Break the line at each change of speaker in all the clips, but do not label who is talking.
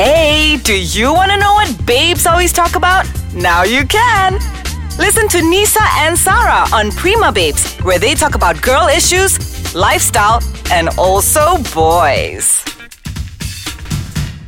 Hey, do you want to know what babes always talk about? Now you can. Listen to Nisa and Sarah on Prima Babes, where they talk about girl issues, lifestyle, and also boys.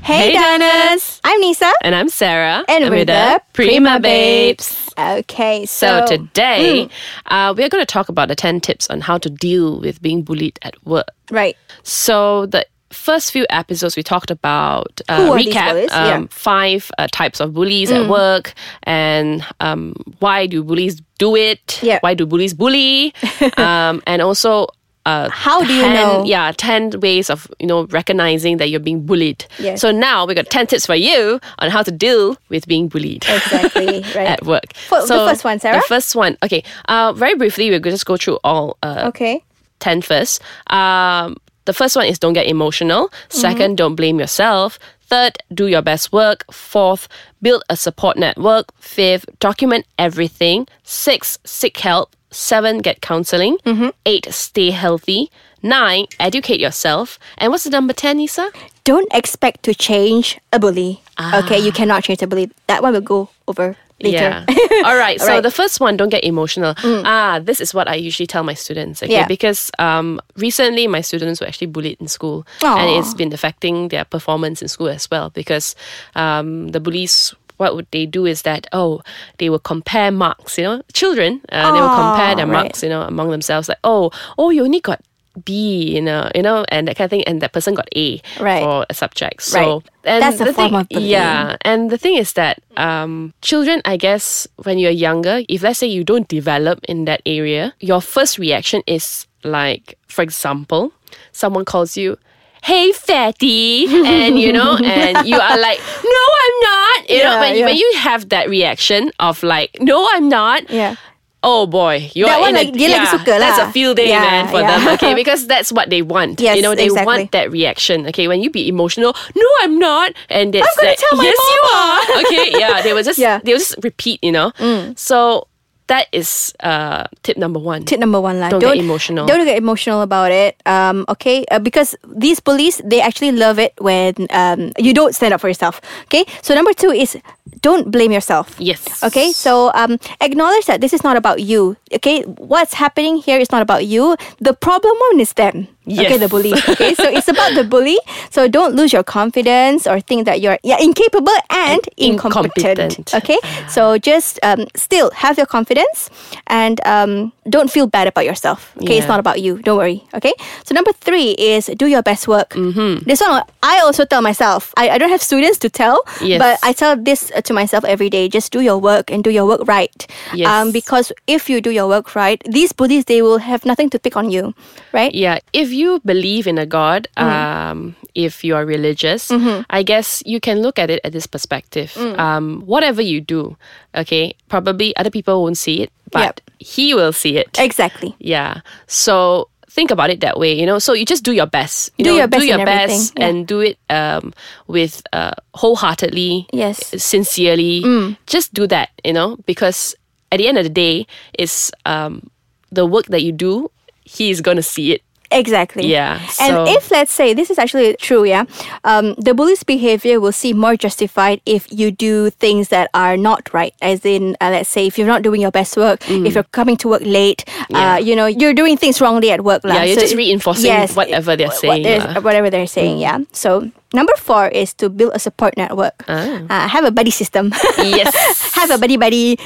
Hey, Dinas!
I'm Nisa.
And I'm Sarah.
And we're the
Prima Babes.
Okay, so,
So
hmm.
today, uh, we are going to talk about the 10 tips on how to deal with being bullied at work.
right,
So the first few episodes, we talked about uh,
Who are these
recap
bullies? Yeah. Mm.
um, five uh, types of bullies at work and um, why do bullies do it?
Yeah.
Why do bullies bully? um, and also. Uh,
How do you
10
know?
Yeah, ten ways of you know recognizing that you're being bullied.
Yes.
So now we got ten tips for you on how to deal with being bullied
exactly, right.
at work.
For- the first one, Sarah?
The first one. Okay. Uh, very briefly, we'll just go through all uh,
okay,
10 first. Um, the first one is don't get emotional. 2nd do don't blame yourself. Third, do your best work. Fourth, build a support network. Fifth, document everything. Six, seek help. Seven, get counseling. Eight, stay healthy. Nine, educate yourself. And what's the number 10, Nisa?
don't expect to change a bully.
Ah.
Okay, you cannot change a bully. That one will go over later.
Yeah. All right. So
Alright.
the first one, don't get emotional. Ah, this is what I usually tell my students. Okay,
Yeah.
because um, recently my students were actually bullied in school, and it's been affecting their performance in school as well. Because um, the bullies. What would they do is that oh they will compare marks you know children uh, they will compare their
right.
marks you know among themselves like oh oh you only got B you know you know and that kind of thing and that person got A
Right.
for a subject so
Right.
and
That's a
the
form
thing,
of bullying.
Yeah, and the thing is that um, children, I guess, when you're younger, if let's say you don't develop in that area, your first reaction is like, for example, someone calls you. Hey fatty, and you know, and you are like, no, I'm not. You know,
Yeah,
when,
yeah.
when you have that reaction of like, no, I'm not.
Yeah.
Oh boy, you're
That one
in a-
like- dia lagi
yeah,
suka
That's
lah.
a field day,
Yeah,
man, for
yeah.
them. Okay, because that's what they want.
Yes,
you know, they
exactly.
want that reaction. Okay, when you be emotional, no, I'm not, and it's
gonna
that,
tell my
yes,
mama."
you are. Okay, yeah, they will just
Yeah. Mm.
they will just repeat. You know, so that is uh tip number one.
Tip number one, like
Don't get emotional.
Don't get emotional about it. Um, okay, uh, because these police they actually love it when um you don't stand up for yourself. Okay, so number two is don't blame yourself.
Yes.
Okay, so um, acknowledge that this is not about you. Okay, what's happening here is not about you. The problem one is them. Okay,
Yes.
the bully. Okay, so it's about the bully. So don't lose your confidence or think that you're yeah incapable and incompetent.
incompetent.
Okay, so just um, still have your confidence and um, don't feel bad about yourself. Okay, it's
Yeah.
not about you. Don't worry. Okay, so number three is do your best work. Mm-hmm. This one I also tell myself. I, I don't have students to tell,
Yes.
but I tell this uh, to myself every day. Just do your work and do your work right. Um,
Yes.
because if you do your work right, these bullies they will have nothing to pick on you, right?
Yeah, if you believe in a God,
Mm.
um, if you are religious,
Mm-hmm.
I guess you can look at it at this perspective.
Mm.
Um, whatever you do, okay, probably other people won't see it, but He will see it.
Exactly.
Yeah. So think about it that way, you know. So you just do your best. You
Do
know,
your best
Do your
in everything,
best
yeah.
and do it um, with uh, wholeheartedly. uh,
Yes. Mm.
Sincerely. Just do that, you know, because at the end of the day, it's um, the work that you do. He is gonna see it.
Exactly.
Yeah,
And
so-
if let's say this is actually true, yeah, um, the bully's behavior will seem more justified if you do things that are not right. As in, uh, let's say if you're not doing your best work,
Mm.
if you're coming to work late, uh, you know, you're doing things wrongly at work. lah.
Yeah, you're
So it-
just reinforcing
yes,
whatever they're
what
saying.
is- uh,
lah.
whatever they're saying. Yeah. So number four is to build a support network. Uh, have a buddy system.
Ah. yes.
have a buddy buddy.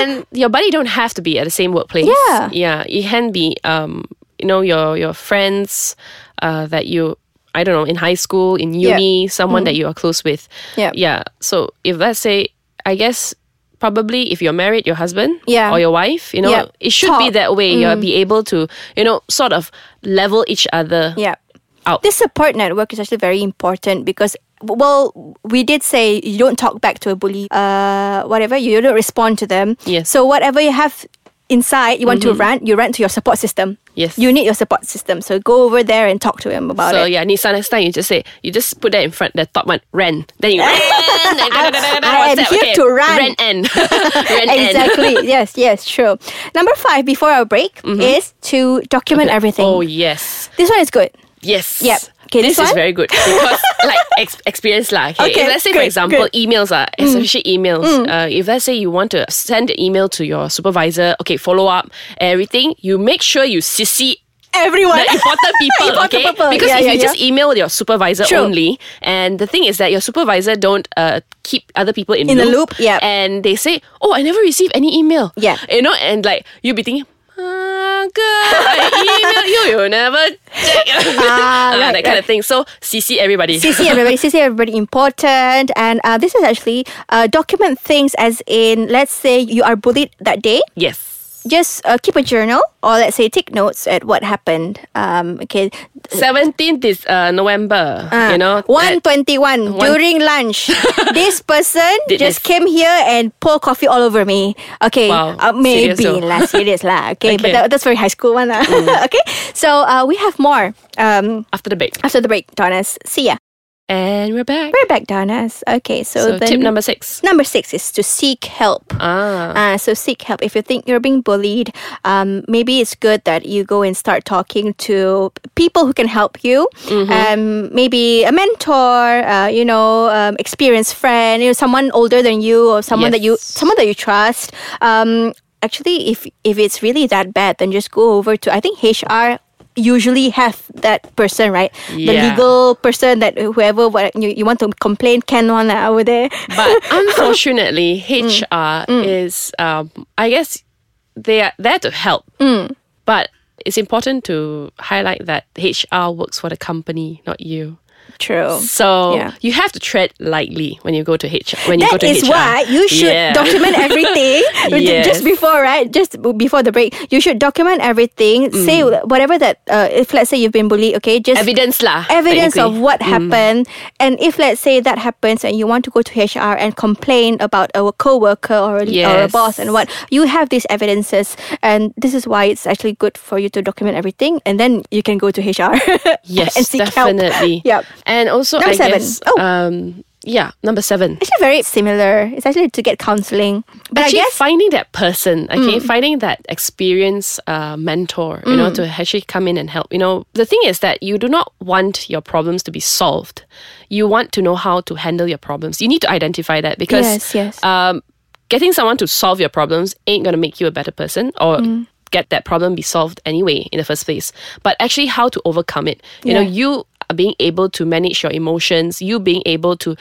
and your buddy don't have to be at the same workplace.
Yeah.
yeah, it can be um, you know your your friends uh, that you I don't know in high school in
Yeah. Mm-hmm.
uni someone that you are close with.
Yeah.
yeah. So if let's say I guess probably if you're married, your husband
Yeah.
or your wife, you know
Yeah.
it should
Talk.
be
Mm.
that way. You'll be able to you know sort of level each other.
Yeah.
Out.
This support network is actually very important because well, we did say you don't talk back to a bully. Uh whatever, you don't respond to them.
Yes. Mm-hmm.
So whatever you have inside you want to rant, you rant to your support system.
Yes.
You need your support system. So go over there and talk to him about
So
it.
yeah, Nisa, next time you just say you just put that in front, the top one, Ren. Then you Ren.
I
I
am here to run.
Ren N. Ren N.
Exactly. yes, yes, true. Number five before our break is to document everything.
Mm-hmm. Oh yes,
This one is good.
yes.
Yep. Okay,
This is
one?
very good because like ex- experience lah. Okay,
Okay,
if let's say for
good,
example
good. Mm.
emails are especially emails. Uh, if let's say you want to send an email to your supervisor, okay, follow up everything. You make sure you CC
everyone.
the important people,
Important
okay?
people.
Because
Yeah,
if
yeah,
you
yeah.
just email your supervisor
True.
only, and the thing is that your supervisor don't uh, keep other people in,
In the loop, yeah.
and they say, "Oh, I never received any email."
Yeah.
you know, and like you be thinking. Ah, girl, I email you, you never check.
Ah,
Ah,
right,
that
right.
kind of thing. So CC everybody.
CC everybody, CC everybody important. And uh, this is actually uh, document things as in, let's say you are bullied that day.
yes,
Just uh, keep a journal or let's say take notes at what happened. Um, okay.
seventeenth is uh, November.
Uh,
you know, that-
121
one-
during lunch. this person
Did
just
this.
came here and poured coffee all over me. Okay,
Wow,
uh, maybe
serious though.
last serious lah. Okay, but
Okay. Mm.
that, that's very high school one. lah. okay, so uh, we have more um,
after the break,
after the break, Donas. See ya.
and we're back.
We're back, Donas. Okay, so, the
So tip number six.
number six is to seek help.
Ah,
Uh, so seek help if you think you're being bullied. Um, maybe it's good that you go and start talking to people who can help you.
Mm-hmm.
Um, maybe a mentor, uh, you know, um, experienced friend, you know, someone older than you or someone that you
Yes.
someone that you trust. Um, actually, if if it's really that bad, then just go over to I think HR usually have that person right the
Yeah.
legal person that whoever what you, you want to complain can one lah over there
but unfortunately,
Mm.
HR is, um, I guess, they are there to help.
Mm.
But it's important to highlight that HR works for the company, not you.
true
So
Yeah.
you have to tread lightly when you go to HR. When you go
That
to
is
HR.
why you should
Yeah.
document everything
Yes.
just before, right? Just b- before the break, you should document everything.
Mm.
Say whatever that. Uh, if let's say you've been bullied, okay, just
evidence Ah, lah.
evidence of
technically.
what happened. And if let's say that happens, and you want to go to HR and complain about a coworker or a, or a
Yes.
boss and what, you have these evidences, and this is why it's actually good for you to document everything, and then you can go to HR.
Yes,
and seek help.
definitely.
Yep.
And also,
Number
I
seven.
guess,
Oh.
um, yeah, number seven.
Actually, very similar. It's actually to get counseling, but
actually
I guess. Mm.
finding that person, okay, finding that experienced uh, mentor, you know, to actually come in and help. You know, the thing is that you do not want your problems to be solved. You want to know how to handle your problems. You need to identify that because
Yes, yes.
um, getting someone to solve your problems ain't going to make you a better person or
Mm.
get that problem be solved anyway in the first place. But actually, how to overcome it. You know, you being able to manage your emotions, you being able to,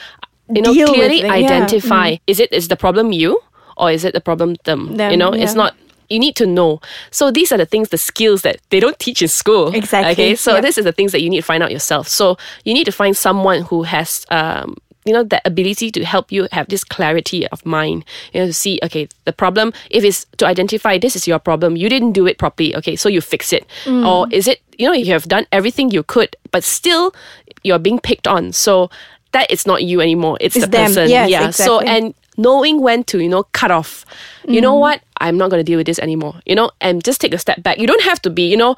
you know,
Deal with
clearly
it, yeah.
identify is it is the problem you or is it the problem them?
Mm-hmm. Them,
you know, it's
yeah.
not. You need to know. So these are the things, the skills that they don't teach in school.
Exactly,
Okay. So
yep.
this is the things that you need to find out yourself. So you need to find someone who has, um, you know, that ability to help you have this clarity of mind. You know, to see okay, the problem. If it's to identify this is your problem, you didn't do it properly. Okay, so you fix it.
Mm.
Or is it you know you have done everything you could, but still you're being picked on. So that is not you anymore. It's,
It's
the
them.
person.
Yes,
yeah.
exactly.
So
Mm.
and knowing when to you know cut off you know what i'm not going to deal with this anymore you know and just take a step back you don't have to be you know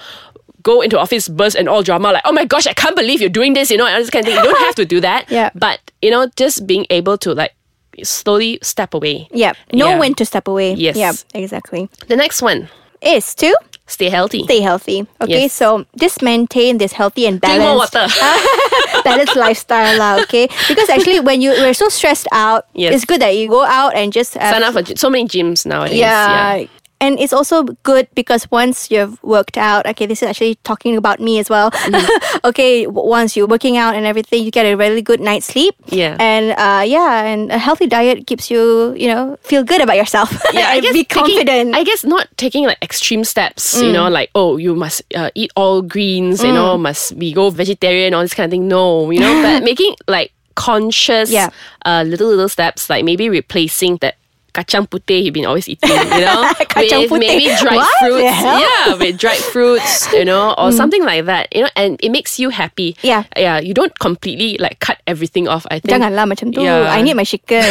go into office burst and all drama like oh my gosh i can't believe you're doing this you know and all this kind of thing you don't have to do that
Yeah.
but you know just being able to like slowly step away
Yeah. Know
Yeah.
when to step away.
Yes.
Yeah, exactly.
the next one
Is to
stay healthy
stay healthy. Okay,
Yes.
so just maintain this healthy and
drink more
balanced,
water
balanced lifestyle, lah, okay? Because actually, when you, we're so stressed out,
Yes.
it's good that you go out and just. Uh,
sign up for gy- so many gyms nowadays
yeah. And it's also good because once you've worked out, okay, this is actually talking about me as well.
Mm.
okay, w- once you're working out and everything, you get a really good night's sleep.
Yeah.
And uh, yeah, and a healthy diet keeps you, you know, feel good about yourself.
yeah, I
and
guess
be
taking-
confident. Mm.
I guess not taking like extreme steps, you know, like oh, you must uh, eat all greens, you know, must be go vegetarian, all this kind of thing. No, you know, but making like conscious,
Yeah.
uh, little little steps, like maybe replacing that. Kacang putih you've been always eating, you know,
Kacang
with
putih.
maybe dried
What the
fruits,
hell? Mm.
yeah, with dried fruits, you know, or something like that, you know, and it makes you happy.
Yeah.
yeah, you don't completely like cut everything off. I think
Janganlah macam tu.
Yeah.
I need my chicken.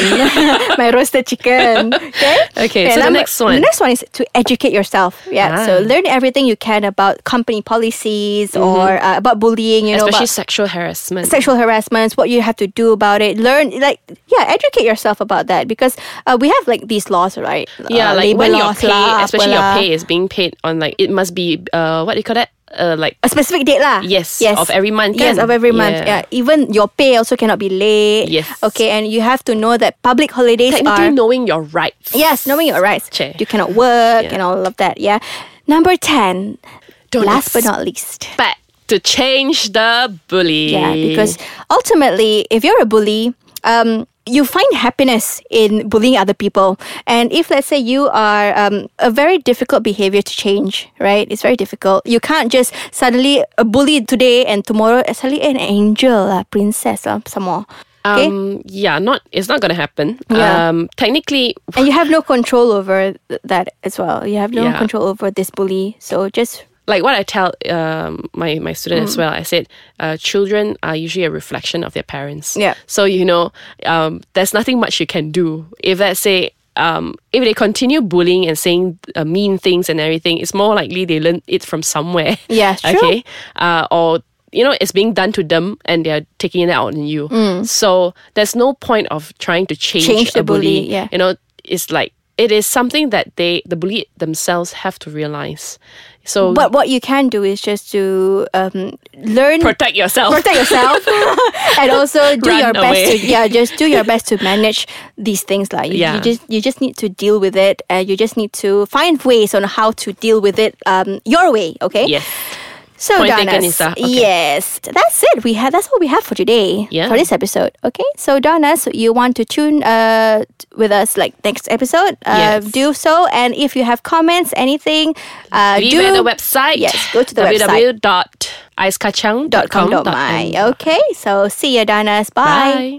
my roasted chicken. Okay?
Okay, so the
number-
next one.
The next one is to educate yourself. Yeah. So
Ah. Mm-hmm.
learn everything you can about company policies or uh, about bullying, you know,
especially
about
sexual harassment.
sexual harassments, what you have to do about it. Learn, like, yeah, educate yourself about that because uh, we have like like these laws, right?
Yeah,
Uh, labour
like when your
laws
pay,
lah,
especially
apalah.
your pay is being paid on like it must be uh what do you call that? Uh, like
A specific date lah.
Yes, of every month
Yes, of
kan?
every month. Yeah.
Yeah.
Even your pay also cannot be late.
Yes.
Okay, and you have to know that public holidays are
technically knowing your rights.
Yes, knowing your rights.
Che.
You cannot work
Yeah.
and all of that. Yeah. Number 10.
Don't
last but not least.
But to change the bully.
Yeah, because ultimately, if you're a bully, um, you find happiness in bullying other people. And if, let's say, you are um, a very difficult behavior to change, right? It's very difficult. You can't just suddenly a bully today and tomorrow eh, suddenly an angel, a princess, or some more. Okay?
um yeah, not it's not gonna happen.
Yeah.
Um technically
and you have no control over th- that as well. You have no
Yeah.
control over this bully. So just
like what I tell um, my my student
Mm.
as well, I said, uh, children are usually a reflection of their parents.
Yeah.
So you know, um, there's nothing much you can do if let's say. Um, if they continue bullying and saying uh, mean things and everything, it's more likely they learn it from somewhere.
Yeah, true.
Okay. Uh, or you know, it's being done to them and they're taking it out on you. So there's no point of trying to change,
Mm. Change the
a bully.
bully, yeah.
You know, it's like it is something that they the bully themselves have to realize. So
But what you can do is just to um, learn
protect yourself.
protect yourself and also do
Run
your best to
away.
yeah just do your best to manage these things like you,
Yeah.
you just you just need to deal with it and you just need to find ways on how to deal with it um, your way okay
yes.
so
Point
Donna,
taken, Nisa. Okay.
yes that's it we had that's all we have for today
Yeah.
for this episode okay so Donna so you want to tune uh, t- with us like next episode uh,
Yes.
do so and if you have comments anything uh,
Leave
do
at the website.
yes go to the website
www.icekachang.com.my.
.com.my. Okay, so see you, Dinas. Bye.
Bye.